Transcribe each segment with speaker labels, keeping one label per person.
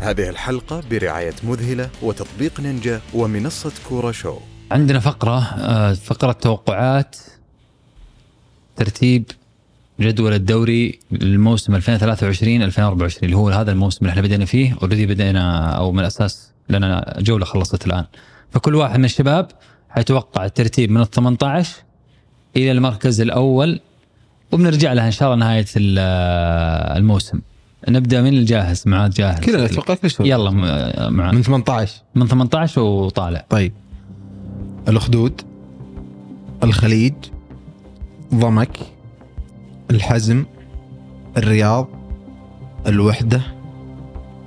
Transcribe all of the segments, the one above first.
Speaker 1: هذه الحلقة برعاية مذهلة وتطبيق نينجا ومنصة كورة شو
Speaker 2: عندنا فقرة آه، فقرة توقعات ترتيب جدول الدوري للموسم 2023 2024 اللي هو هذا الموسم اللي احنا بدينا فيه اوريدي بدينا او من الاساس لنا جولة خلصت الان فكل واحد من الشباب حيتوقع الترتيب من ال 18 الى المركز الاول وبنرجع لها ان شاء الله نهاية ال- آه، الموسم نبدا من الجاهز معاذ جاهز
Speaker 3: كذا توقعت ليش
Speaker 2: يلا م- آه، معاذ
Speaker 3: من 18
Speaker 2: من 18 وطالع
Speaker 3: طيب الاخدود الخليج ضمك الحزم الرياض الوحده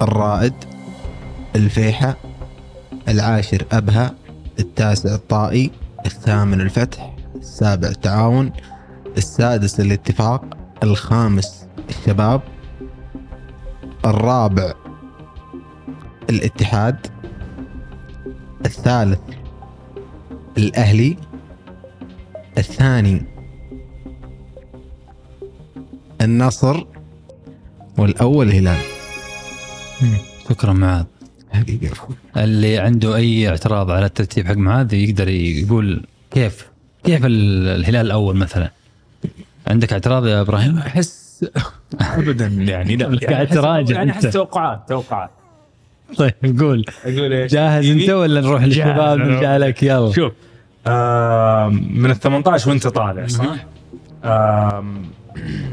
Speaker 3: الرائد الفيحة العاشر أبها التاسع الطائي الثامن الفتح السابع التعاون السادس الاتفاق الخامس الشباب الرابع الاتحاد الثالث الأهلي الثاني النصر والأول الهلال
Speaker 2: شكرا معاذ
Speaker 3: حقيقة يا أخوي.
Speaker 2: اللي عنده اي اعتراض على الترتيب حق معاذ يقدر يقول كيف كيف ال- الهلال الاول مثلا عندك اعتراض يا ابراهيم احس
Speaker 4: ابدا يعني لا
Speaker 2: قاعد
Speaker 4: يعني أحس-
Speaker 2: تراجع
Speaker 4: يعني
Speaker 2: أنت.
Speaker 4: احس توقعات توقعات
Speaker 2: طيب قول
Speaker 4: اقول ايش؟
Speaker 2: إيه، جاهز انت ولا نروح
Speaker 4: جاهز.
Speaker 2: للشباب نرجع لك يلا
Speaker 4: شوف آم، من ال 18 وانت طالع صح؟ آم،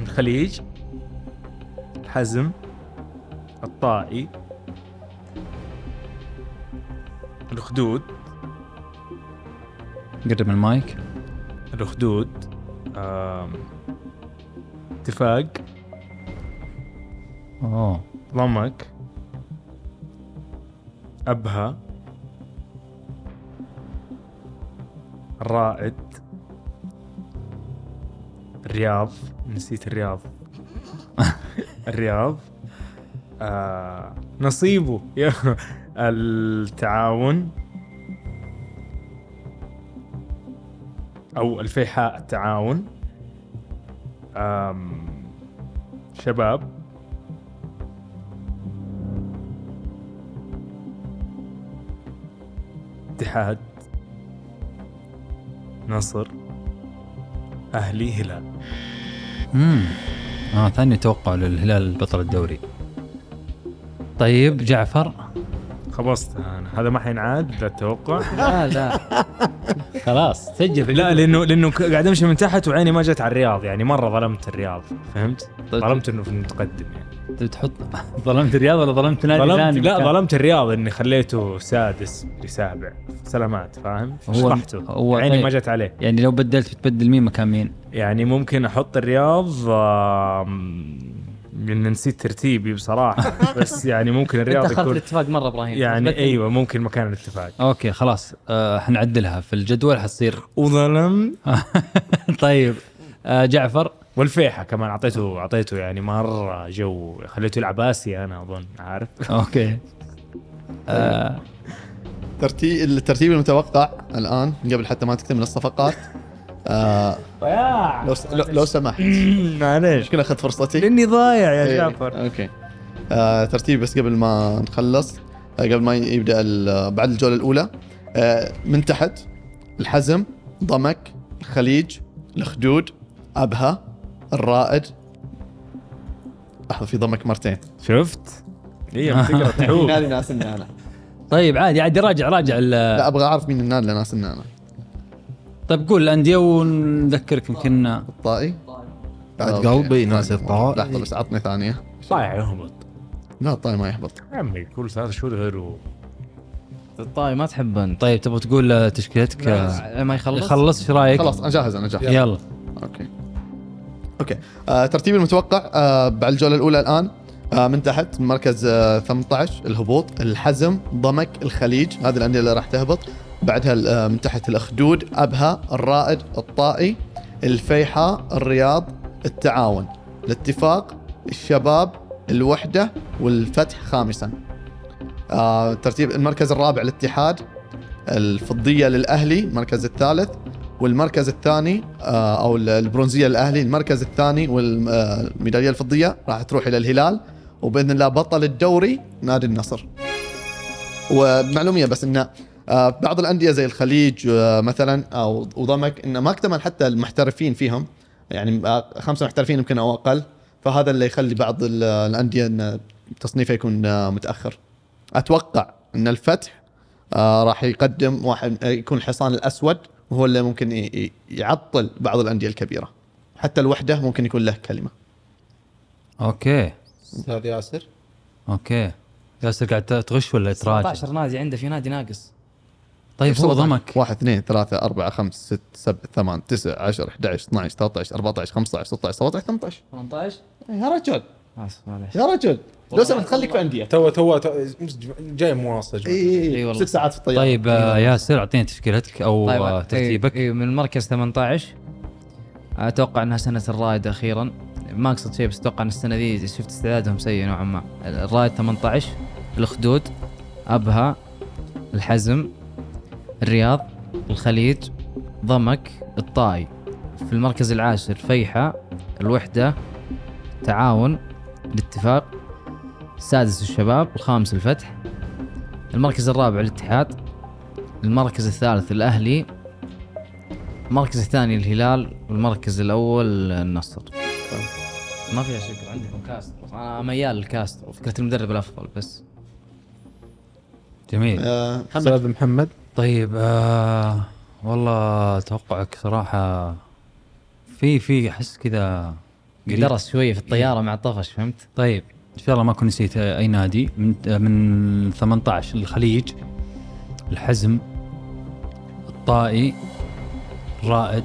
Speaker 4: الخليج الحزم الطائي الخدود
Speaker 2: قرب من المايك
Speaker 4: الأخدود آم، اتفاق
Speaker 2: اوه
Speaker 4: ضمك أبها الرائد الرياض نسيت الرياض الرياض آه نصيبه يا التعاون أو الفيحاء التعاون آم شباب اتحاد نصر اهلي هلال
Speaker 2: امم اه ثاني توقع للهلال بطل الدوري طيب جعفر
Speaker 4: خبصت انا هذا ما حينعاد لا التوقع
Speaker 2: لا لا خلاص سجل
Speaker 4: لا لانه لانه ك- قاعد امشي من تحت وعيني ما جت على الرياض يعني مره ظلمت الرياض فهمت؟
Speaker 2: طيب.
Speaker 4: ظلمت انه في المتقدم يعني
Speaker 2: تحط ظلمت الرياض ولا ظلمت نادي
Speaker 4: ظلمت
Speaker 2: ثاني
Speaker 4: لا
Speaker 2: مكان؟
Speaker 4: ظلمت الرياض اني خليته سادس لسابع سلامات فاهم؟
Speaker 2: هو-
Speaker 4: شطحته
Speaker 2: هو
Speaker 4: عيني ما
Speaker 2: طيب.
Speaker 4: جت عليه
Speaker 2: يعني لو بدلت بتبدل مين مكان مين؟
Speaker 4: يعني ممكن احط الرياض آم، لان نسيت ترتيبي بصراحه بس يعني ممكن
Speaker 5: انت
Speaker 4: الرياض
Speaker 5: اخذت
Speaker 4: يكون
Speaker 5: الاتفاق مره ابراهيم
Speaker 4: يعني
Speaker 5: بدل-
Speaker 4: ايوه ممكن مكان الاتفاق
Speaker 2: اوكي خلاص آه، حنعدلها في الجدول حتصير
Speaker 4: وظلم
Speaker 2: طيب آه، جعفر
Speaker 4: والفيحة كمان اعطيته اعطيته يعني مره جو خليته يلعب اسيا انا اظن عارف
Speaker 2: اوكي آه،
Speaker 6: ترتيب الترتيب المتوقع الان قبل حتى ما تكتمل الصفقات آه لو س- لو- لو سمحت
Speaker 4: معليش
Speaker 6: ايش كنا اخذت فرصتي؟
Speaker 4: لاني ضايع يا
Speaker 6: إيه،
Speaker 4: جعفر
Speaker 6: اوكي آه ترتيب بس قبل ما نخلص آه قبل ما يبدا ال- بعد الجوله الاولى آه من تحت الحزم ضمك الخليج الخدود ابها الرائد لحظه في ضمك مرتين
Speaker 4: شفت إيه، هي بتقرا تحوم
Speaker 6: نادي ناس النانا
Speaker 2: طيب عادي عادي راجع راجع ال-
Speaker 6: لا ابغى اعرف مين النادي اللي ناس النانا
Speaker 2: طيب قول الانديه ونذكرك يمكن
Speaker 6: الطائي
Speaker 3: بعد
Speaker 6: آه، أوكي.
Speaker 3: قلبي ناس الطائي.
Speaker 6: لحظه بس عطني ثانيه
Speaker 4: ضايع يهبط
Speaker 6: لا الطائي ما يهبط
Speaker 4: يا عمي كل ثلاث شهور غيره
Speaker 5: الطاي ما تحب انت
Speaker 2: طيب تبغى تقول آه، تشكيلتك آه،
Speaker 5: ما يخلص
Speaker 2: خلص ايش رايك؟
Speaker 6: خلاص انا جاهز انا جاهز
Speaker 2: يلا
Speaker 6: اوكي اوكي آه ترتيب المتوقع آه بعد الجوله الاولى الان آه من تحت مركز آه 18 الهبوط الحزم ضمك الخليج هذه الانديه اللي راح تهبط بعدها ال- آه من تحت الاخدود ابها الرائد الطائي الفيحاء الرياض التعاون الاتفاق الشباب الوحده والفتح خامسا آه ترتيب المركز الرابع الاتحاد الفضيه للاهلي المركز الثالث والمركز الثاني آه، او البرونزيه الاهلي المركز الثاني والميداليه الفضيه راح تروح الى الهلال وباذن الله بطل الدوري نادي النصر. ومعلوميه بس انه آه، بعض الانديه زي الخليج آه، مثلا او وضمك انه ما اكتمل حتى المحترفين فيهم يعني آه، خمسه محترفين يمكن او اقل فهذا اللي يخلي بعض ال- الانديه ان تصنيفها يكون آه، متاخر. اتوقع ان الفتح آه، راح يقدم واحد آه، يكون الحصان الاسود وهو اللي ممكن ي- ي- يعطل بعض الانديه الكبيره. حتى الوحده ممكن يكون له كلمه.
Speaker 2: اوكي
Speaker 7: استاذ ياسر
Speaker 2: اوكي ياسر قاعد تغش ولا تراجع
Speaker 8: 19 نادي عنده في نادي ناقص
Speaker 2: طيب هو ضمك
Speaker 6: واحد اثنين ثلاثة أربعة خمسة ستة سبعة ثمانية تسعة عشرة 11 12 13 14 15 16 17 18
Speaker 8: 18
Speaker 6: يا رجل
Speaker 8: اسف معلش
Speaker 6: يا رجل لو سمحت خليك في أندية
Speaker 4: تو تو تو- جاي مواصل
Speaker 6: إي إي
Speaker 8: إي
Speaker 6: إي
Speaker 8: والله.
Speaker 6: ست ساعات في الطيارة
Speaker 2: طيب آه، ياسر اعطينا تشكيلتك او
Speaker 8: طيب،
Speaker 2: آه،
Speaker 8: إيه-
Speaker 2: ترتيبك
Speaker 8: إيه من المركز 18 اتوقع انها سنه الرائد اخيرا ما اقصد شيء بس اتوقع ان السنه ذي شفت استعدادهم سيء نوعا ما الرائد 18 الاخدود ابها الحزم الرياض الخليج ضمك الطائي في المركز العاشر فيحة الوحدة تعاون الاتفاق السادس الشباب الخامس الفتح المركز الرابع الاتحاد المركز الثالث الأهلي المركز الثاني الهلال والمركز الأول النصر ما فيها شكل عندكم كاسترو أنا ميال لكاسترو فكرة المدرب الأفضل بس
Speaker 2: جميل
Speaker 6: آه، محمد
Speaker 7: استاذ محمد
Speaker 2: طيب آه والله توقعك صراحه في في احس كذا قريب.
Speaker 8: درس شوية في الطيارة مع الطفش فهمت؟
Speaker 2: طيب ان شاء الله ما اكون نسيت اي نادي من آه، من 18 الخليج الحزم الطائي الرائد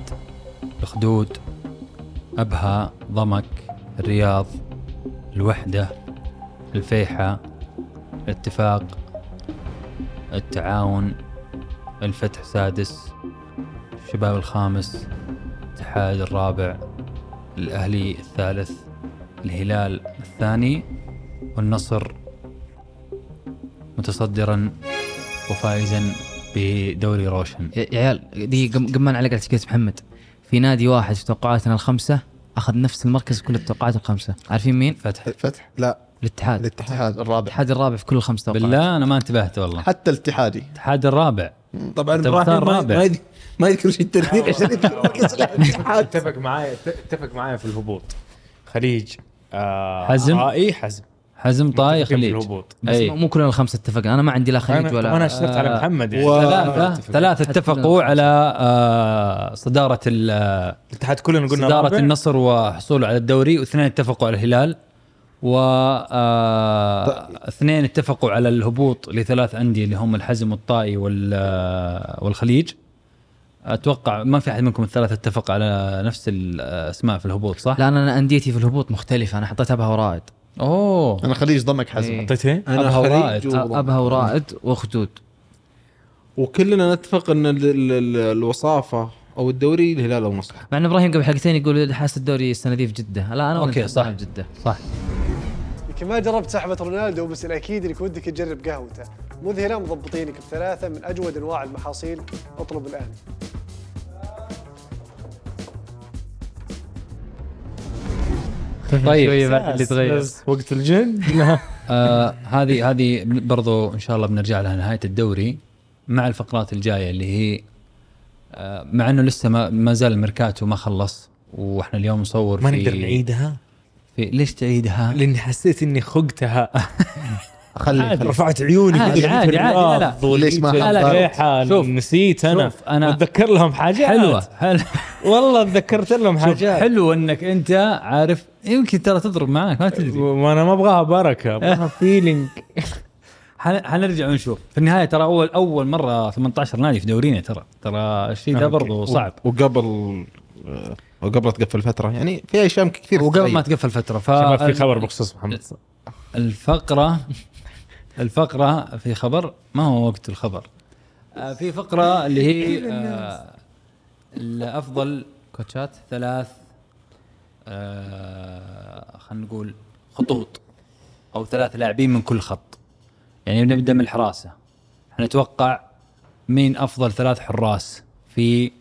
Speaker 2: الخدود ابها ضمك الرياض الوحده الفيحة الاتفاق التعاون الفتح سادس الشباب الخامس الاتحاد الرابع الاهلي الثالث الهلال الثاني والنصر متصدرا وفائزا بدوري روشن
Speaker 8: يا يا عيال دقيقة قم- قمان على قلت كيس محمد في نادي واحد في توقعاتنا الخمسة أخذ نفس المركز في كل التوقعات الخمسة عارفين مين؟
Speaker 2: فتح
Speaker 6: فتح
Speaker 7: لا
Speaker 8: الاتحاد
Speaker 6: الاتحاد الرابع
Speaker 8: الاتحاد الرابع في كل الخمس توقعات
Speaker 2: بالله انا ما انتبهت والله
Speaker 6: حتى الاتحادي
Speaker 2: الاتحاد الرابع
Speaker 4: طبعا
Speaker 2: أنت
Speaker 4: ابراهيم
Speaker 2: مختار
Speaker 4: ما-
Speaker 2: رابع.
Speaker 4: ما يذ- ما يذكر شيء الترتيب عشان
Speaker 3: اتفق معايا اتفق معايا في الهبوط خليج آه
Speaker 2: حزم؟
Speaker 3: اي حزم
Speaker 2: حزم طاي
Speaker 3: متفقين في
Speaker 2: خليج
Speaker 3: الهبوط
Speaker 8: بس مو-
Speaker 2: اي
Speaker 8: مو كلنا الخمسة اتفقنا أنا ما عندي لا خليج
Speaker 3: انا
Speaker 8: ولا
Speaker 3: وأنا اشرفت على
Speaker 2: آه،
Speaker 3: محمد يعني
Speaker 2: ثلاثة ثلاثة اتفقوا على آه، صدارة ال-
Speaker 3: الاتحاد كلنا قلنا
Speaker 2: صدارة
Speaker 3: رابع.
Speaker 2: النصر وحصوله على الدوري واثنين اتفقوا على الهلال و آه، اثنين اتفقوا على الهبوط لثلاث انديه اللي هم الحزم والطائي وال آه، والخليج اتوقع ما في احد منكم الثلاثه اتفق على نفس الاسماء في الهبوط صح؟
Speaker 8: لا أنا أنا أنديتي في الهبوط مختلفة أنا حطيت أبها ورائد
Speaker 2: اوه
Speaker 6: أنا خليج ضمك حزم
Speaker 8: إيه.
Speaker 4: حطيتين
Speaker 2: أبها
Speaker 7: خليج
Speaker 2: ورائد.
Speaker 7: و-
Speaker 8: أبها ورائد وأخدود
Speaker 7: وكلنا نتفق ان ال- ال- ال- الوصافه او الدوري الهلال او النصر
Speaker 8: مع ان ابراهيم قبل حلقتين يقول حاسس الدوري السنه دي في جده لا انا وأنت
Speaker 2: أوكي، صح.
Speaker 8: في جده
Speaker 2: صح
Speaker 9: يمكن ما جربت سحبة رونالدو بس الأكيد إنك ودك تجرب قهوته مذهلة مضبطينك بثلاثة من أجود أنواع المحاصيل اطلب الآن
Speaker 2: طيب.
Speaker 8: شويه بعد اللي تغير
Speaker 4: بس وقت الجن لا.
Speaker 2: آه، هذه هذه برضو ان شاء الله بنرجع لها نهايه الدوري مع الفقرات الجايه اللي هي آه، مع انه لسه ما ما زال الميركاتو ما خلص واحنا اليوم نصور
Speaker 4: ما
Speaker 2: في-
Speaker 4: نقدر نعيدها
Speaker 2: في ليش تعيدها؟
Speaker 4: لاني حسيت اني خقتها
Speaker 6: خلي خلي.
Speaker 4: رفعت عيوني
Speaker 2: عادي،
Speaker 4: قلت
Speaker 2: عادي، عادي، لا، لا.
Speaker 4: الرياض ولقيت
Speaker 6: ليش ما
Speaker 4: ولا
Speaker 2: حضرت؟
Speaker 4: ريحة،
Speaker 2: شوف،
Speaker 4: نسيت انا
Speaker 2: شوف، أنا-
Speaker 4: اتذكر لهم حاجات
Speaker 2: حلوه حلوه
Speaker 4: والله تذكرت لهم حاجات
Speaker 2: حلو انك انت عارف يمكن ترى تضرب معك ما تدري
Speaker 4: وانا ما ابغاها بركه ابغاها
Speaker 2: آه،
Speaker 4: فيلينج
Speaker 2: حن- حنرجع ونشوف في النهايه ترى اول اول مره 18 نادي في دورينا ترى ترى الشيء ده
Speaker 4: أوكي.
Speaker 2: برضو صعب
Speaker 7: وقبل آه، وقبل تقفل فتره يعني في اشياء كثير
Speaker 2: وقبل ما
Speaker 7: تتغير.
Speaker 2: تقفل فتره ف
Speaker 4: طيب؟ شباب في خبر بخصوص محمد
Speaker 2: الفقرة الفقرة في خبر ما هو وقت الخبر آه، في فقرة اللي هي آه، الأفضل
Speaker 8: كوتشات
Speaker 2: ثلاث آه، خلينا نقول خطوط أو ثلاث لاعبين من كل خط يعني بنبدأ من الحراسة حنتوقع مين أفضل ثلاث حراس في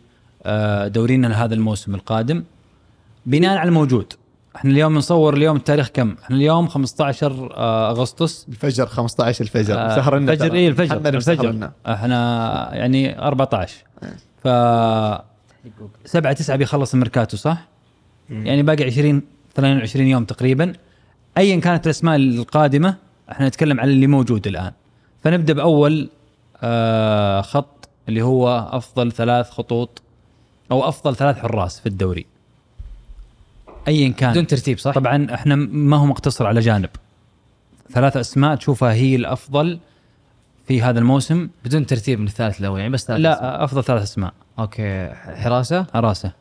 Speaker 2: آه، دورينا هذا الموسم القادم بناء على الموجود احنا اليوم نصور اليوم التاريخ كم؟ احنا اليوم 15 آه، اغسطس
Speaker 6: الفجر 15 الفجر
Speaker 2: آه،
Speaker 6: مسهرنا
Speaker 2: الفجر
Speaker 6: ترى.
Speaker 2: اي الفجر
Speaker 6: محمد
Speaker 2: الفجر
Speaker 6: مسهرنا
Speaker 2: احنا يعني 14 ف 7 9 بيخلص الميركاتو صح؟ يعني باقي 20 22 يوم تقريبا ايا كانت الاسماء القادمه احنا نتكلم عن اللي موجود الان فنبدا باول آه، خط اللي هو افضل ثلاث خطوط او افضل ثلاث حراس في الدوري ايا كان
Speaker 8: بدون ترتيب صح؟
Speaker 2: طبعا احنا ما هو مقتصر على جانب ثلاث اسماء تشوفها هي الافضل في هذا الموسم
Speaker 8: بدون ترتيب من الثالث الاول يعني بس ثالث
Speaker 2: لا افضل ثلاث اسماء
Speaker 8: اوكي حراسه
Speaker 2: حراسه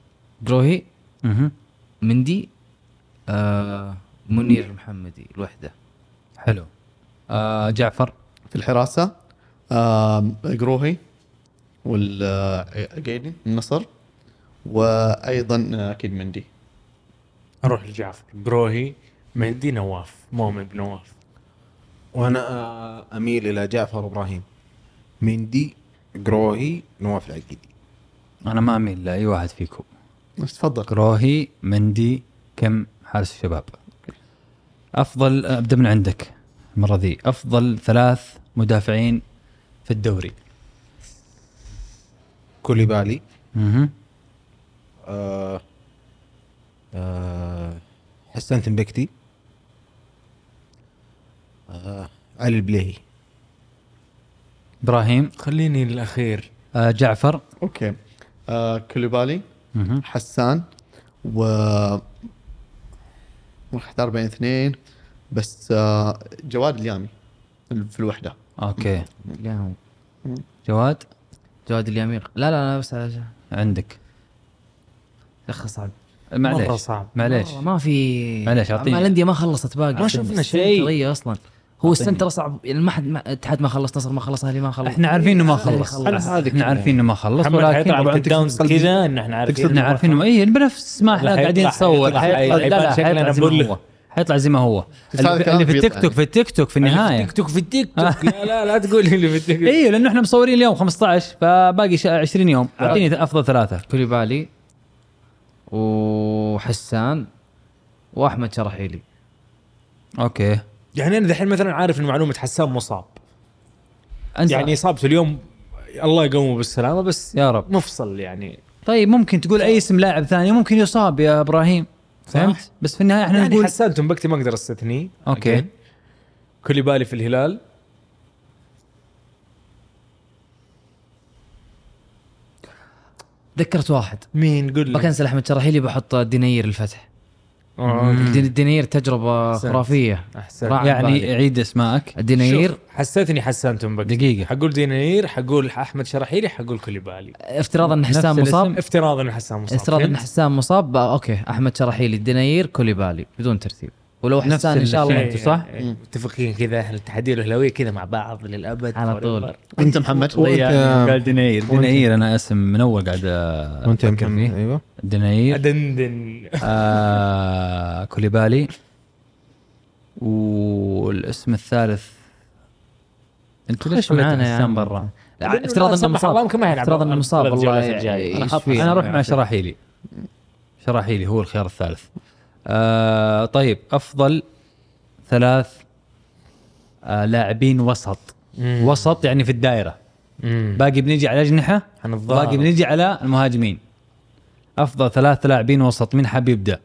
Speaker 8: بروهي
Speaker 2: مهم.
Speaker 8: مندي آه منير المحمدي الوحده
Speaker 2: حلو آه جعفر
Speaker 6: في الحراسه آم، قروهي والقيدي من مصر وايضا آه، اكيد مندي
Speaker 4: اروح لجعفر بروهي مهدي نواف مؤمن بنواف
Speaker 3: وانا آه، اميل الى جعفر ابراهيم مندي قروهي نواف العقيدي
Speaker 2: انا ما اميل لاي واحد فيكم
Speaker 6: بس تفضل
Speaker 2: كروهي مندي كم حارس الشباب افضل ابدا من عندك المره ذي افضل ثلاث مدافعين في الدوري
Speaker 3: كوليبالي
Speaker 2: مهم.
Speaker 3: آه، آه، حسان تنبكتي آه، علي البليهي
Speaker 2: ابراهيم
Speaker 4: خليني الاخير
Speaker 2: آه جعفر
Speaker 6: اوكي آه كوليبالي
Speaker 2: مهم.
Speaker 6: حسان و راح اختار بين اثنين بس آه جواد اليامي في الوحده
Speaker 2: اوكي
Speaker 8: لا هو
Speaker 2: جواد
Speaker 8: جواد اليمير لا لا لا بس على-
Speaker 2: عندك
Speaker 8: اخ صعب
Speaker 4: مره
Speaker 2: معليش
Speaker 4: صعب
Speaker 2: معليش
Speaker 8: والله ما في
Speaker 2: معليش، أعطيني.
Speaker 8: مع الانديه ما خلصت باقي
Speaker 4: ما شفنا شيء.
Speaker 8: شيء اصلا هو السنه ترى صعب يعني ما حد ما- الاتحاد ما خلص نصر ما خلص اهلي ما خلص
Speaker 2: احنا عارفين انه ما خلص
Speaker 4: أنا هذه
Speaker 2: احنا عارفين انه ما خلص
Speaker 4: محمد
Speaker 2: ولكن
Speaker 4: حيطلع بعد داونز كذا ان احنا عارفين
Speaker 2: احنا عارفين انه اي بنفس ما احنا
Speaker 4: لا،
Speaker 2: قاعدين
Speaker 4: حيطلع-
Speaker 2: نصور
Speaker 4: حيطلع-
Speaker 2: حيطلع لا
Speaker 4: حيبان
Speaker 2: لا حيطلع
Speaker 4: شكلنا
Speaker 2: زي ما
Speaker 4: بولة.
Speaker 2: هو حيطلع زي ما هو اللي في- اللي في التيك توك في التيك توك في النهايه
Speaker 4: تيك توك في التيك
Speaker 2: آه.
Speaker 4: توك لا لا لا تقول لي اللي في التيك توك
Speaker 2: ايوه لانه احنا مصورين اليوم 15 فباقي ش- 20 يوم اعطيني افضل ثلاثه
Speaker 8: كوليبالي وحسان واحمد شرحيلي
Speaker 2: اوكي
Speaker 4: يعني انا دحين مثلا عارف ان معلومه حسام مصاب
Speaker 2: أنسى.
Speaker 4: يعني اصابته اليوم الله يقومه بالسلامه بس
Speaker 2: يا رب
Speaker 4: مفصل يعني
Speaker 2: طيب ممكن تقول اي اسم لاعب ثاني ممكن يصاب يا ابراهيم فهمت بس في النهايه احنا
Speaker 4: يعني
Speaker 2: نقول
Speaker 4: حسان تنبكتي ما اقدر استثنيه
Speaker 2: أوكي.
Speaker 4: Again. كوليبالي في الهلال
Speaker 8: تذكرت واحد
Speaker 4: مين قول لي
Speaker 8: بكنسل احمد شرحيلي بحط دينير الفتح
Speaker 4: آه.
Speaker 8: الدين- دينير تجربه
Speaker 4: أحسنت.
Speaker 8: خرافيه
Speaker 4: أحسنت.
Speaker 8: راعي
Speaker 2: يعني
Speaker 8: بالي.
Speaker 2: عيد اسمائك
Speaker 8: الدينير
Speaker 4: شوف، حسيتني حسان تنبكتي
Speaker 2: دقيقة.
Speaker 4: حقول دينير حقول احمد شرحيلي حقول كوليبالي
Speaker 8: افتراضا ان حسام
Speaker 2: نفس
Speaker 8: مصاب
Speaker 2: الاسم.
Speaker 4: افتراضا ان حسام مصاب
Speaker 8: افتراضا ان
Speaker 4: فهمت؟
Speaker 8: حسام مصاب بقى اوكي احمد شرحيلي الدينير كوليبالي بدون ترتيب ولو
Speaker 2: نفس
Speaker 8: حسان ان شاء
Speaker 2: الشيء.
Speaker 8: الله
Speaker 2: أنت صح؟
Speaker 4: إيه، إيه. متفقين كذا اهل الاتحاديه الهلويه كذا مع بعض للابد
Speaker 8: على طول.
Speaker 4: forever.
Speaker 6: انت محمد
Speaker 2: قال دنيير دنيير انا اسم من اول قاعد أ-
Speaker 3: وانت يا
Speaker 2: أفكر
Speaker 3: محمد
Speaker 2: فيه.
Speaker 3: ايوه
Speaker 2: دنيير
Speaker 4: ادندن
Speaker 2: آه كوليبالي والاسم الثالث انت ليش
Speaker 8: خش معانا
Speaker 2: معانا
Speaker 8: يا
Speaker 2: حسام
Speaker 8: عم.
Speaker 2: برا؟
Speaker 8: ع- افتراضا انه
Speaker 4: سمح الله،
Speaker 8: مصاب
Speaker 4: يمكن ما يلعب
Speaker 8: افتراضا انه مصاب
Speaker 4: الثلاث
Speaker 8: والله
Speaker 4: جولات الجاية.
Speaker 8: يعني
Speaker 4: أنا
Speaker 8: إيش
Speaker 4: حاط-
Speaker 8: فيه؟
Speaker 2: انا اروح مع شراحيلي شراحيلي هو الخيار الثالث آه طيب افضل ثلاث آه لاعبين وسط
Speaker 4: مم.
Speaker 2: وسط يعني في الدائره
Speaker 4: مم.
Speaker 2: باقي بنيجي على اجنحه
Speaker 4: حنتضارب.
Speaker 2: باقي بنيجي على المهاجمين افضل ثلاث لاعبين وسط مين حاب يبدا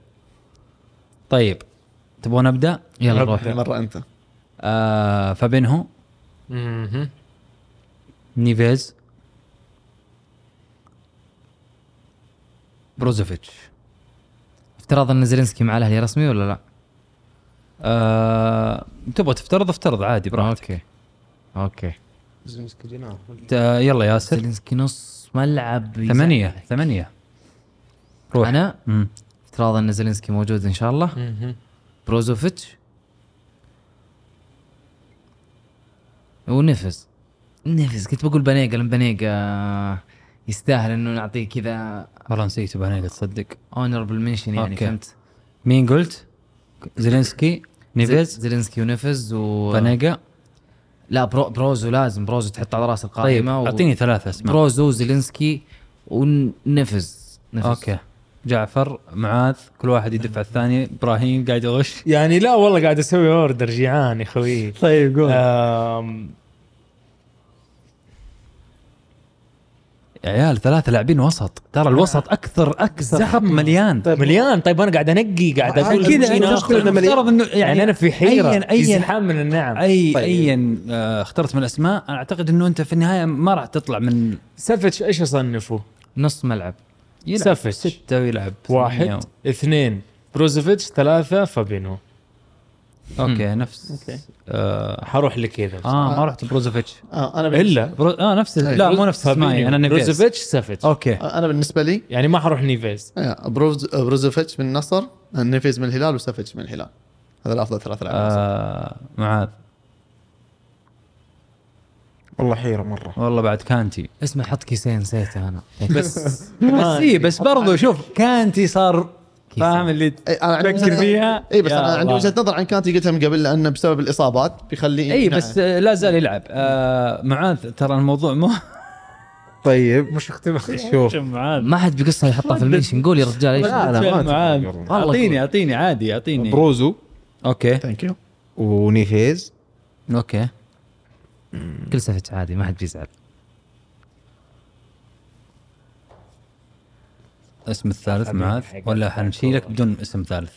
Speaker 2: طيب تبغون ابدا
Speaker 8: يلا روح
Speaker 6: مره انت
Speaker 2: آه فابينهو
Speaker 4: مهم.
Speaker 2: نيفيز بروزوفيتش
Speaker 8: افتراضا ان زيلينسكي مع الاهلي رسمي ولا لا؟
Speaker 2: آه، تبغى تفترض افترض عادي براحتك
Speaker 8: اوكي اوكي
Speaker 2: ت- يلا ياسر
Speaker 8: زيلينسكي نص ملعب يزعل.
Speaker 2: ثمانية ثمانية روح
Speaker 8: انا
Speaker 2: مم.
Speaker 8: افتراضا ان زيلينسكي موجود ان شاء الله
Speaker 4: مهم.
Speaker 8: بروزوفيتش ونفس نفس كنت بقول بنيقة لان بنيقة يستاهل انه نعطيه كذا
Speaker 2: والله نسيت بهنيقة تصدق
Speaker 8: اونربل منشن يعني
Speaker 2: أوكي.
Speaker 8: أوكي. فهمت؟
Speaker 2: مين قلت؟ زيلينسكي
Speaker 8: زي-
Speaker 2: نيفيز
Speaker 8: زيلينسكي ونفس و
Speaker 2: فانيجا
Speaker 8: لا برو بروزو لازم بروزو تحطه على راس
Speaker 2: طيب
Speaker 8: القائمة و...
Speaker 2: اعطيني ثلاثة اسماء
Speaker 8: بروزو زيلينسكي ونفز نفس
Speaker 2: اوكي جعفر معاذ كل واحد
Speaker 4: أمم.
Speaker 2: يدفع الثاني ابراهيم قاعد يغش
Speaker 4: يعني لا والله قاعد اسوي اوردر جيعان يا خوي
Speaker 2: طيب قول
Speaker 4: آم،
Speaker 2: يا عيال ثلاثه لاعبين وسط ترى الوسط اكثر اكثر
Speaker 4: زحمة.
Speaker 2: خط مليان
Speaker 4: طيب مليان طيب انا قاعد انقي قاعد
Speaker 2: عشان
Speaker 4: اقول
Speaker 2: كذا
Speaker 4: مين
Speaker 2: أنا
Speaker 4: آخر.
Speaker 2: أختار- افترض انه
Speaker 4: يعني طيب. انا في حيره
Speaker 2: ايا
Speaker 4: في
Speaker 2: ايا
Speaker 4: زحام من النعم
Speaker 2: اي ايا آه، اخترت من الاسماء انا اعتقد انه انت في النهايه ما راح تطلع من
Speaker 4: سافيتش ايش اصنفه؟
Speaker 8: نص ملعب
Speaker 4: سافيتش.
Speaker 2: سته ويلعب ثمانية
Speaker 4: واحد
Speaker 2: و-
Speaker 4: اثنين بروزوفيتش ثلاثة فابينو أمم.
Speaker 2: اوكي نفس
Speaker 6: أوكي.
Speaker 2: آه,
Speaker 4: حروح لكذا
Speaker 2: اه ما رحت بروزوفيتش
Speaker 6: آه انا بالنسبة
Speaker 4: الا
Speaker 2: برو... اه نفس
Speaker 6: أي.
Speaker 2: لا مو نفس اسمائي
Speaker 4: طيب. فابينيو، آه.
Speaker 2: انا نيفيز
Speaker 4: بروزوفيتش سافيتش
Speaker 2: اوكي
Speaker 6: انا بالنسبه آه، لي
Speaker 4: يعني ما حروح نيفيز
Speaker 6: آه، بروز بروزوفيتش من النصر نيفيز من الهلال وسافيتش من الهلال هذا الافضل ثلاث لاعبين
Speaker 2: آه معاذ
Speaker 3: والله حيره مره
Speaker 2: والله بعد كانتي
Speaker 8: اسمه حط كيسين نسيته انا
Speaker 4: بس
Speaker 2: بس إيه بس برضو شوف إيه، كانتي صار فاهم اللي
Speaker 6: إي، انا إيه، عندي
Speaker 2: تفكر فيها
Speaker 6: اي بس
Speaker 2: يا
Speaker 6: انا عندي
Speaker 2: الله.
Speaker 6: وجهه نظر عن كانتي قلتها من قبل لانه بسبب الاصابات بيخليه
Speaker 8: إيه،
Speaker 2: اي
Speaker 6: يمنع.
Speaker 2: بس آه، لا زال يلعب آه معاذ ترى الموضوع مو
Speaker 3: طيب مش شوف
Speaker 10: معاذ
Speaker 8: ما حد بيقصها يحطها في المنشن قول يا رجال ايش
Speaker 3: لا، لا. ما أدري.
Speaker 2: معاذ اعطيني اعطيني عادي اعطيني
Speaker 3: بروزو
Speaker 2: اوكي
Speaker 6: ثانك يو
Speaker 3: ونيفيز
Speaker 2: اوكي
Speaker 8: كل سفت عادي ما حد بيزعل
Speaker 2: اسم الثالث
Speaker 4: أبي
Speaker 2: معاذ
Speaker 4: حاجة.
Speaker 2: ولا حنشيلك بدون اسم ثالث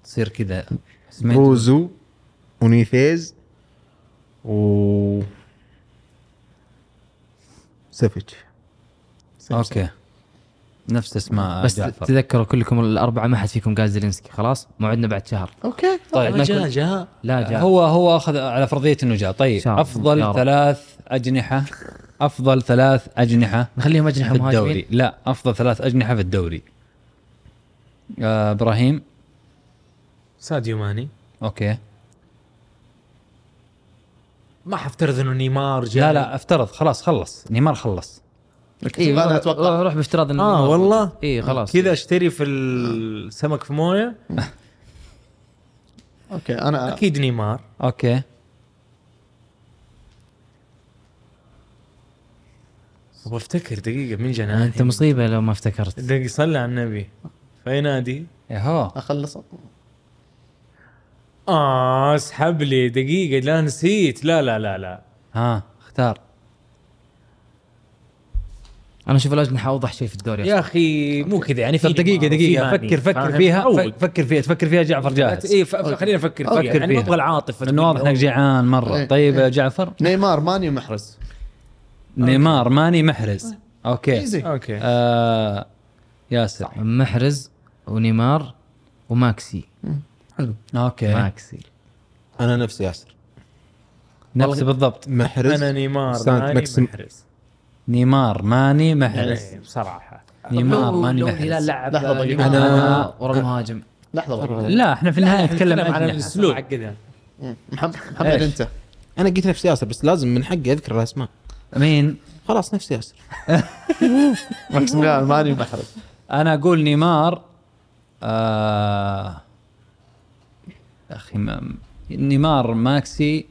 Speaker 2: بتصير كذا اسمين
Speaker 3: بروزو ونيفيز و سافيتش
Speaker 2: اوكي نفس اسماء
Speaker 8: بس
Speaker 2: بس آه، جعفر
Speaker 8: تذكروا كلكم الاربعه ما حد فيكم قال زيلينسكي خلاص موعدنا بعد شهر
Speaker 6: اوكي
Speaker 2: طيب ما
Speaker 4: جاء
Speaker 2: يكون-
Speaker 4: جاء
Speaker 8: لا جاء
Speaker 2: آه، هو هو اخذ على فرضيه انه جاء طيب
Speaker 8: شاء الله. يا
Speaker 2: افضل
Speaker 8: رب.
Speaker 2: ثلاث اجنحه افضل ثلاث اجنحه
Speaker 8: نخليهم اجنحه
Speaker 2: في الدوري
Speaker 8: مهاجمين
Speaker 2: لا افضل ثلاث اجنحه في الدوري آه ابراهيم
Speaker 4: ساديو ماني
Speaker 2: اوكي
Speaker 4: ما حفترض انه نيمار جاء
Speaker 2: لا لا افترض خلاص خلص نيمار خلص
Speaker 8: إيه،
Speaker 6: انا اتوقع
Speaker 8: روح بافتراض انه
Speaker 4: اه والله
Speaker 8: اي خلاص
Speaker 4: كذا اشتري في السمك في مويه
Speaker 6: اوكي انا
Speaker 4: اكيد نيمار
Speaker 2: اوكي
Speaker 4: ابغى افتكر دقيقه مين جانا
Speaker 8: انت مصيبه لو ما افتكرت
Speaker 4: دقيقه صلى على النبي في نادي
Speaker 2: يهو
Speaker 6: اخلص
Speaker 4: اه اسحب لي دقيقه لا نسيت لا لا لا لا
Speaker 2: ها اختار
Speaker 8: انا اشوف الاجنحه اوضح شيء في الدوري
Speaker 4: يا اخي مو كذا يعني في
Speaker 2: طب دقيقه
Speaker 4: نيمار
Speaker 2: دقيقه
Speaker 4: وفي
Speaker 2: فكر
Speaker 4: ماني،
Speaker 2: فكر
Speaker 4: فاهم؟
Speaker 2: فيها
Speaker 4: روق.
Speaker 2: ف- فكر فيها تفكر فيها جعفر جاهز
Speaker 4: اي إيه، ف- ف- خلينا نفكر فيها
Speaker 2: فكر
Speaker 4: يعني ما
Speaker 2: فيها.
Speaker 4: ابغى العاطفه
Speaker 2: انه واضح انك جيعان مره
Speaker 6: إيه.
Speaker 2: طيب يا جعفر
Speaker 6: نيمار ماني ومحرز
Speaker 2: نيمار ماني محرز اوكي
Speaker 6: ايزي
Speaker 4: اوكي
Speaker 2: آه ياسر
Speaker 8: محرز ونيمار وماكسي
Speaker 2: اوكي
Speaker 8: ماكسي
Speaker 3: انا نفس ياسر
Speaker 2: نفس بالضبط
Speaker 3: محرز
Speaker 4: انا نيمار
Speaker 3: سانت
Speaker 4: ماني
Speaker 3: ماكسيم.
Speaker 4: محرز
Speaker 2: نيمار ماني محرز
Speaker 4: إيه، بصراحه
Speaker 2: نيمار ماني
Speaker 8: لو الهلال
Speaker 2: محرز
Speaker 8: لعب
Speaker 6: لحظة
Speaker 2: طيب،
Speaker 6: دقيقة.
Speaker 8: نيمار
Speaker 3: أنا-
Speaker 8: ورا المهاجم
Speaker 6: لحظه برضه.
Speaker 2: لا احنا في النهايه نتكلم
Speaker 4: على
Speaker 2: عن
Speaker 4: الاسلوب حقنا
Speaker 6: محمد محمد انت
Speaker 3: انا قلت نفس ياسر بس لازم من حقي اذكر الاسماء
Speaker 2: مين
Speaker 3: خلاص نفس ياسر
Speaker 6: ماكسيميليان ماني ومحرز
Speaker 2: انا اقول نيمار آه اخي ما نيمار ماكسي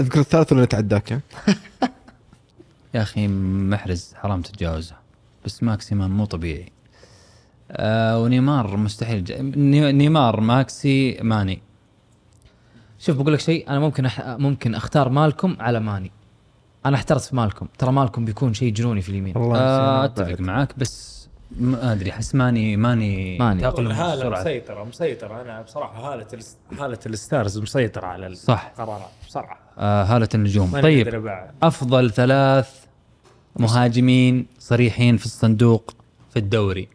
Speaker 3: اذكر الثالث ولا نتعداك
Speaker 2: يا اخي محرز حرام تتجاوزه بس ماكسيمان مو طبيعي آه ونيمار مستحيل جا... ني- نيمار ماكسي ماني
Speaker 8: شوف بقول لك شيء انا ممكن أح... ممكن اختار مالكم على ماني انا احترت في مالكم ترى مالكم بيكون شيء جنوني في اليمين
Speaker 2: آه اتفق معاك بس ما ادري احس ماني ماني
Speaker 8: ماني.
Speaker 2: تأقلم
Speaker 4: هالة
Speaker 2: بسرعة.
Speaker 4: مسيطرة مسيطرة أنا بصراحة هالة الس- هالة الستارز مسيطرة على
Speaker 2: صح.
Speaker 4: القرارات بصراحة
Speaker 2: آه هالة النجوم
Speaker 4: ما
Speaker 2: طيب
Speaker 4: نقدر بعد.
Speaker 2: افضل ثلاث مهاجمين صريحين في الصندوق في الدوري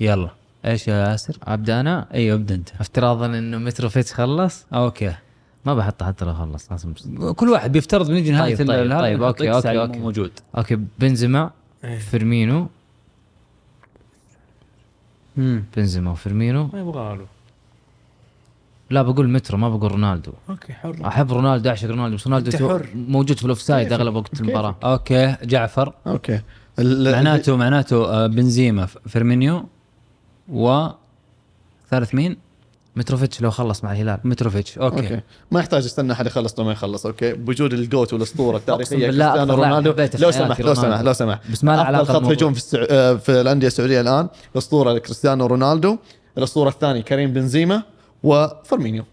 Speaker 2: يلا ايش يا ياسر
Speaker 8: ابدا انا
Speaker 2: اي ابدا انت
Speaker 8: افتراضا انه متروفيتش خلص
Speaker 2: اوكي
Speaker 8: ما بحطه حتى لو خلص لازم
Speaker 2: كل واحد بيفترض بنجي نهايه
Speaker 8: طيب، طيب،
Speaker 2: ال- هذا
Speaker 8: طيب،
Speaker 2: نحط
Speaker 8: أوكي،
Speaker 2: إكس
Speaker 8: أوكي،
Speaker 2: على
Speaker 8: أوكي.
Speaker 2: مو موجود
Speaker 8: اوكي بنزيما
Speaker 2: إيه.
Speaker 8: فيرمينو
Speaker 2: مم.
Speaker 8: بنزيما وفيرمينو
Speaker 4: ما يبغى له
Speaker 8: لا بقول مترو ما بقول رونالدو
Speaker 4: أوكي حر
Speaker 8: احب رونالدو اعشق رونالدو بس رونالدو
Speaker 4: أنت
Speaker 8: تو-
Speaker 4: حر.
Speaker 8: موجود في الاوفسايد اغلب وقت المباراه
Speaker 2: اوكي جعفر
Speaker 6: اوكي ال- ال-
Speaker 2: معناته معناته آه، بنزيما ف- فيرمينيو و ثالث مين؟
Speaker 8: متروفيتش لو خلص مع الهلال
Speaker 2: متروفيتش اوكي,
Speaker 6: اوكي ما يحتاج استنى احد يخلص لما يخلص اوكي بوجود الجوت والاسطوره التاريخيه
Speaker 8: أقسم بالله
Speaker 6: كريستيانو
Speaker 8: أفضل لاعب
Speaker 6: رونالدو
Speaker 8: حبيته في
Speaker 6: لو
Speaker 8: حياتي
Speaker 6: سمحت لو
Speaker 8: رونالدو.
Speaker 6: سمحت لو سمحت
Speaker 8: بس ما له
Speaker 6: افضل
Speaker 8: علاقه
Speaker 6: خط
Speaker 8: بالموضوع.
Speaker 6: هجوم في السع... آه، في الانديه السعوديه الان الاسطوره كريستيانو رونالدو الاسطوره الثاني كريم بنزيما وفيرمينيو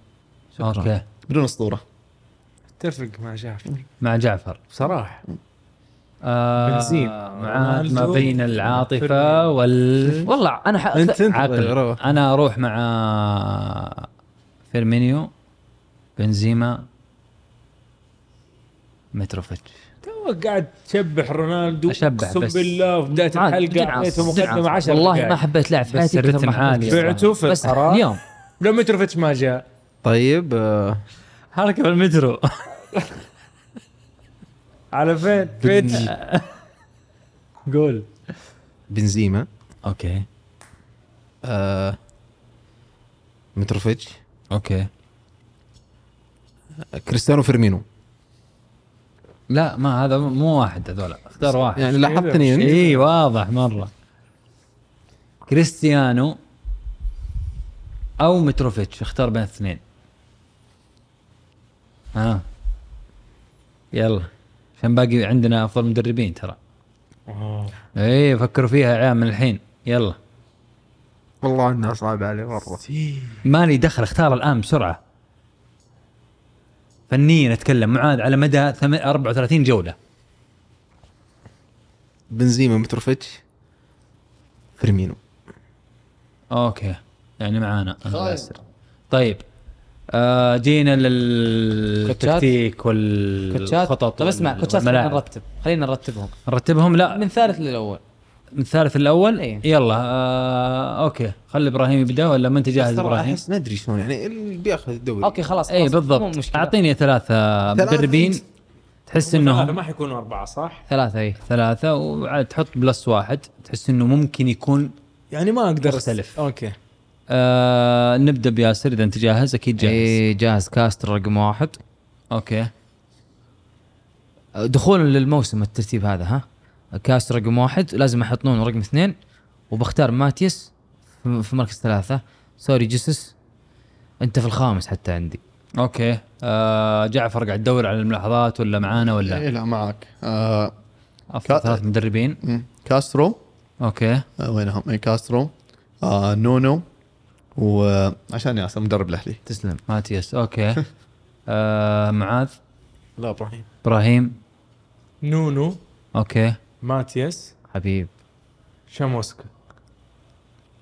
Speaker 2: شكرا. اوكي
Speaker 6: بدون اسطوره
Speaker 4: اتفق مع جعفر
Speaker 2: مع جعفر
Speaker 4: بصراحه
Speaker 2: آه
Speaker 4: بنزيما،
Speaker 2: مع ما
Speaker 4: رونالدو،
Speaker 2: بين العاطفه وال
Speaker 8: والله انا ح...
Speaker 7: انت انت
Speaker 2: عقل
Speaker 7: روح.
Speaker 2: انا اروح مع فيرمينيو بنزيما متروفيتش
Speaker 4: توك قاعد تشبح رونالدو
Speaker 2: أشبح
Speaker 4: اقسم
Speaker 2: بس.
Speaker 4: بالله في بدايه
Speaker 8: عاد،
Speaker 4: الحلقه
Speaker 8: جدعان،
Speaker 4: اعطيته
Speaker 8: جدعان.
Speaker 4: مقدمه 10
Speaker 8: والله ما حبيت لاعب
Speaker 2: بس
Speaker 8: في حياتي كثر
Speaker 2: الرتم
Speaker 8: ما حبيت
Speaker 2: عالي
Speaker 8: كريستيانو.
Speaker 4: بعته في
Speaker 8: بس
Speaker 4: القرار.
Speaker 8: اليوم
Speaker 4: لو متروفيتش ما جاء
Speaker 7: طيب آه،
Speaker 2: حركه بالمترو
Speaker 4: على فين؟ فين؟ قول
Speaker 3: بنزيما
Speaker 2: اوكي
Speaker 3: آه متروفيتش
Speaker 2: اوكي
Speaker 3: كريستيانو فيرمينو
Speaker 2: لا ما هذا مو واحد هذول اختار واحد
Speaker 3: يعني لاحظتني انت
Speaker 2: اي إيه، واضح مره كريستيانو او متروفيتش اختار بين الاثنين ها آه. يلا عشان باقي عندنا افضل مدربين ترى ايه فكروا فيها يا عيال من الحين يلا
Speaker 3: والله انها صعبه عليه مره
Speaker 2: مالي دخل اختار الان بسرعه فنيا اتكلم معاذ على مدى ثم- 34 جوله
Speaker 3: بنزيما متروفيتش فيرمينو
Speaker 2: اوكي يعني معانا الله يسر طيب آه جينا للتكتيك والخطط
Speaker 8: كوتشات طب طيب، اسمع
Speaker 2: وال-
Speaker 8: كوتشات خلينا
Speaker 2: والملاعب.
Speaker 8: نرتب خلينا نرتبهم
Speaker 2: نرتبهم لا
Speaker 8: من ثالث للاول
Speaker 2: من الثالث الاول
Speaker 8: إيه.
Speaker 2: يلا آه اوكي خلي ابراهيم يبدا ولا ما انت
Speaker 3: بس
Speaker 2: جاهز
Speaker 3: ترى
Speaker 2: ابراهيم
Speaker 3: احس ندري شلون يعني اللي بياخذ الدوري
Speaker 8: اوكي خلاص
Speaker 2: اي
Speaker 8: خلاص، مو
Speaker 2: إيه، بالضبط
Speaker 8: مشكله
Speaker 2: اعطيني ثلاثه
Speaker 3: ثلاثة
Speaker 2: مدربين
Speaker 3: إنت.
Speaker 2: تحس
Speaker 4: هذا
Speaker 2: انهم
Speaker 4: ما حيكونوا اربعه صح؟
Speaker 8: ثلاثه اي
Speaker 2: ثلاثه وعاد تحط بلس واحد تحس انه ممكن يكون
Speaker 4: يعني ما اقدر
Speaker 2: مختلف.
Speaker 4: اوكي
Speaker 2: آه نبدا بياسر اذا انت جاهز اكيد جاهز
Speaker 8: اي إيه، جاهز كاستر رقم واحد
Speaker 2: اوكي
Speaker 8: دخولا للموسم الترتيب هذا ها كاس رقم واحد لازم احط نونو رقم اثنين وبختار ماتيس في في مركز ثلاثة سوري جسس انت في الخامس حتى عندي
Speaker 2: اوكي آه جعفر قاعد يدور على الملاحظات ولا معانا ولا
Speaker 6: إيه لا معك آه
Speaker 2: افضل
Speaker 6: كا-
Speaker 2: ثلاث مدربين
Speaker 6: مم. كاسترو
Speaker 2: اوكي
Speaker 6: آه وينهم إيه كاسترو آه نونو وعشان ياسر مدرب الاهلي
Speaker 8: تسلم
Speaker 2: ماتياس اوكي آه معاذ
Speaker 4: لا ابراهيم
Speaker 2: ابراهيم
Speaker 4: نونو
Speaker 2: اوكي
Speaker 4: ماتياس
Speaker 8: حبيب
Speaker 4: شاموسكا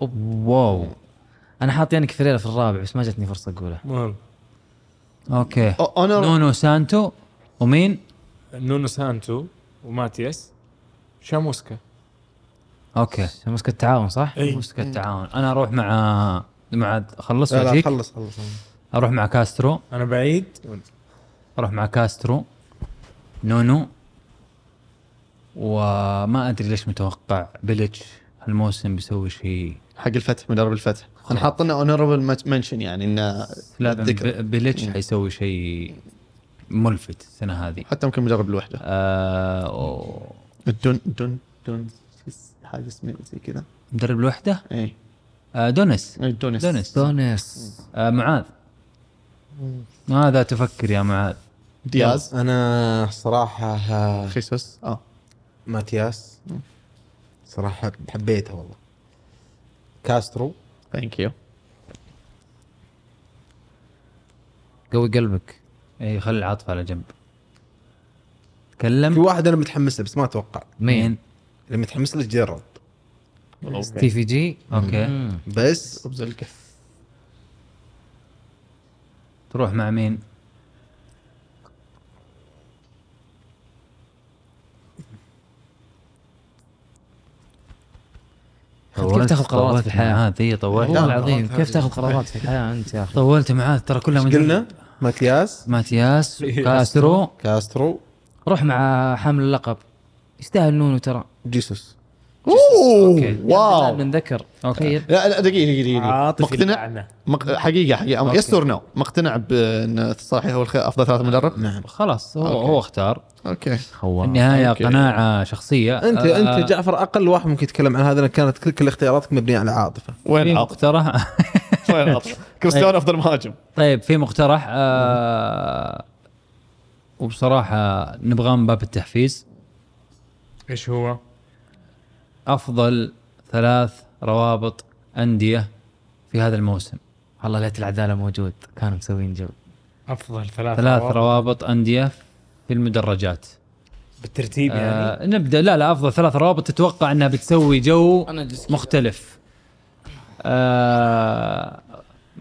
Speaker 2: واو
Speaker 8: انا حاط يانك فيريرا في الرابع بس ما جتني فرصة اقوله
Speaker 4: مهم
Speaker 2: اوكي
Speaker 6: أو- انا
Speaker 2: نونو سانتو ومين
Speaker 4: نونو سانتو وماتياس شاموسكا
Speaker 2: اوكي إيه.
Speaker 8: مسك التعاون صح؟
Speaker 2: مسك التعاون انا اروح مع معاذ خلص
Speaker 3: لا لا
Speaker 2: وجهك
Speaker 3: خلص خلص
Speaker 2: اروح مع كاسترو
Speaker 4: انا بعيد
Speaker 2: اروح مع كاسترو نونو وما ادري ليش متوقع بيلتش الموسم بيسوي شيء
Speaker 6: حق الفتح مدرب الفتح انا حاط لنا اونربل منشن يعني انه
Speaker 2: لا
Speaker 6: ذكر.
Speaker 2: ب- بيلتش حيسوي شيء ملفت السنه هذه
Speaker 6: حتى ممكن مدرب الوحده
Speaker 2: آه أوه.
Speaker 6: دون دون دون حاجه اسمها زي كذا إيه،
Speaker 2: مدرب لوحده
Speaker 6: اي
Speaker 2: آه دونس
Speaker 6: إي، دونس
Speaker 2: دونس
Speaker 8: دونيس
Speaker 2: آه معاذ ماذا تفكر يا معاذ
Speaker 6: دياز
Speaker 3: انا صراحه آه،
Speaker 6: خيسوس اه
Speaker 3: ماتياس صراحه حبيتها والله كاسترو
Speaker 6: ثانك يو
Speaker 8: قوي قلبك
Speaker 2: اي إيه، خلي العاطفه على جنب
Speaker 3: في
Speaker 2: تكلم
Speaker 3: واحد انا متحمس له بس ما اتوقع
Speaker 8: مين؟
Speaker 3: اللي متحمس له جيرارد
Speaker 8: تي في جي
Speaker 2: اوكي
Speaker 8: مم.
Speaker 3: بس
Speaker 6: خبز الكف
Speaker 2: تروح مع مين
Speaker 8: كيف تاخذ قرارات في الحياة؟
Speaker 2: هذه طولت
Speaker 8: والله العظيم كيف تاخذ قرارات في الحياة انت يا اخي؟
Speaker 2: طولت معاذ ترى كلها
Speaker 3: إيش
Speaker 2: مدرب.
Speaker 3: قلنا ماتياس
Speaker 2: ماتياس كاسترو
Speaker 3: كاسترو
Speaker 8: روح مع حامل اللقب يستاهل نونو ترى
Speaker 3: جيسوس
Speaker 6: اوه
Speaker 8: واو
Speaker 6: واو
Speaker 8: نذكر تخيل
Speaker 6: لا لا دقيقه دقيقه دقيقه
Speaker 4: عاطفي
Speaker 6: مقتنع
Speaker 4: لعنة.
Speaker 6: مق... حقيقه حقيقه يس اور نو مقتنع بان صحيح هو الخ- افضل ثلاث مدرب نعم
Speaker 2: خلاص هو
Speaker 6: أوكي.
Speaker 2: هو اختار
Speaker 6: اوكي
Speaker 2: في النهايه
Speaker 6: أوكي.
Speaker 2: قناعه شخصيه
Speaker 3: انت
Speaker 2: آه.
Speaker 3: انت جعفر اقل واحد ممكن يتكلم عن هذا لان كانت كل كل اختياراتك مبنيه على عاطفه
Speaker 2: وين
Speaker 6: وين عاطف
Speaker 2: مقترح
Speaker 6: وين عطنا كريستيانو افضل مهاجم
Speaker 2: طيب في مقترح آه وبصراحه نبغاه من باب التحفيز
Speaker 10: ايش هو؟
Speaker 2: افضل ثلاث روابط انديه في هذا الموسم
Speaker 4: والله ليت العداله موجود كانوا مسوين جو
Speaker 10: افضل ثلاث
Speaker 2: ثلاث روابط انديه في المدرجات
Speaker 10: بالترتيب يعني
Speaker 2: آه نبدا لا لا افضل ثلاث روابط تتوقع انها بتسوي جو
Speaker 8: انا جس
Speaker 2: مختلف آه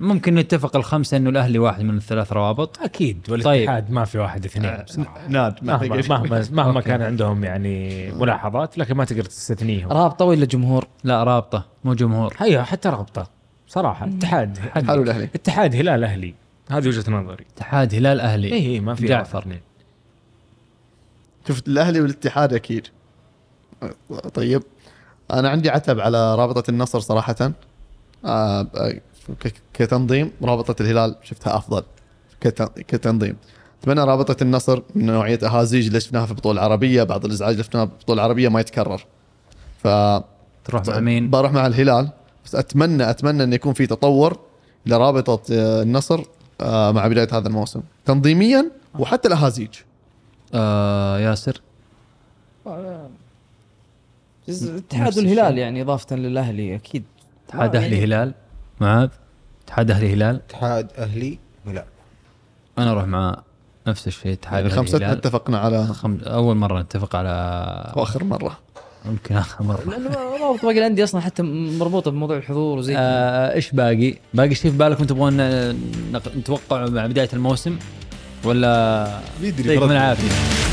Speaker 2: ممكن نتفق الخمسه انه الاهلي واحد من الثلاث روابط
Speaker 8: طيب.
Speaker 10: اكيد والاتحاد ما في واحد
Speaker 8: آه،
Speaker 10: اثنين بصراحه
Speaker 6: ناد ما
Speaker 10: مهما
Speaker 6: أدري
Speaker 10: مهما مهما كان عندهم يعني ملاحظات لكن ما تقدر تستثنيهم
Speaker 8: رابطه ولا جمهور؟
Speaker 2: لا رابطه مو جمهور
Speaker 10: ايوه حتى رابطه صراحه اتحاد
Speaker 6: حلو الاهلي
Speaker 10: اتحاد هلال اهلي هذه وجهه نظري
Speaker 2: اتحاد هلال اهلي
Speaker 10: اي اي إيه، ما في
Speaker 2: جعفر.
Speaker 10: رابطة.
Speaker 6: شفت الاهلي والاتحاد اكيد طيب انا عندي عتب على رابطه النصر صراحه آه، ب- ك- كتنظيم رابطه الهلال شفتها افضل كت- كتنظيم اتمنى رابطه النصر من نوعيه اهازيج اللي شفناها في البطوله العربيه بعض الازعاج اللي شفناها في البطوله العربيه ما يتكرر ف
Speaker 2: تروح مع مين؟
Speaker 6: بروح مع الهلال بس اتمنى اتمنى ان يكون في تطور لرابطه آه، النصر آه، مع بدايه هذا الموسم تنظيميا وحتى الاهازيج
Speaker 2: آه ياسر
Speaker 8: اتحاد الهلال يعني اضافه للاهلي اكيد
Speaker 2: اتحاد
Speaker 8: آه،
Speaker 2: اهلي
Speaker 8: يعني-
Speaker 2: هلال معاذ اتحاد اهلي هلال
Speaker 3: اتحاد اهلي هلال
Speaker 2: انا اروح مع نفس الشيء اتحاد
Speaker 6: يعني
Speaker 2: اهلي
Speaker 6: خمسه
Speaker 2: هلال
Speaker 6: اتفقنا على
Speaker 2: خم... اول مره نتفق على
Speaker 6: واخر مره
Speaker 2: يمكن اخر مره
Speaker 8: لانه رابط باقي الانديه اصلا حتى مربوطه بموضوع الحضور وزي كذا
Speaker 2: آه ايش باقي؟ باقي شيء في بالكم تبغون آه، نق- نتوقع مع بدايه الموسم ولا
Speaker 3: يدري
Speaker 2: يعطيكم
Speaker 3: برد.
Speaker 2: العافيه